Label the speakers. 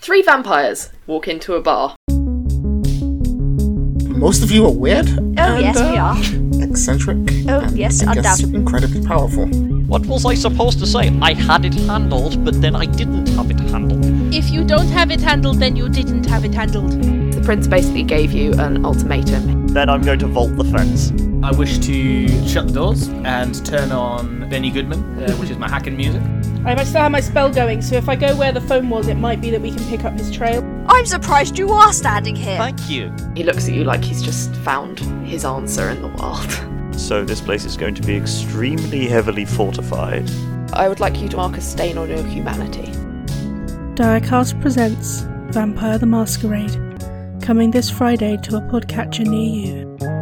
Speaker 1: Three vampires walk into a bar.
Speaker 2: Most of you are weird. Oh,
Speaker 3: yes, we
Speaker 2: are. Eccentric.
Speaker 3: Oh,
Speaker 2: and
Speaker 3: yes,
Speaker 2: I guess
Speaker 3: undoubtedly.
Speaker 2: incredibly powerful.
Speaker 4: What was I supposed to say? I had it handled, but then I didn't have it handled.
Speaker 5: If you don't have it handled, then you didn't have it handled.
Speaker 1: The prince basically gave you an ultimatum.
Speaker 6: Then I'm going to vault the fence.
Speaker 7: I wish to shut the doors and turn on Benny Goodman, uh, which is my hacking music.
Speaker 5: I still have my spell going, so if I go where the phone was, it might be that we can pick up his trail.
Speaker 3: I'm surprised you are standing here.
Speaker 4: Thank you.
Speaker 1: He looks at you like he's just found his answer in the world.
Speaker 6: So this place is going to be extremely heavily fortified.
Speaker 1: I would like you to mark a stain on your humanity.
Speaker 8: Diacast presents Vampire the Masquerade, coming this Friday to a podcatcher near you.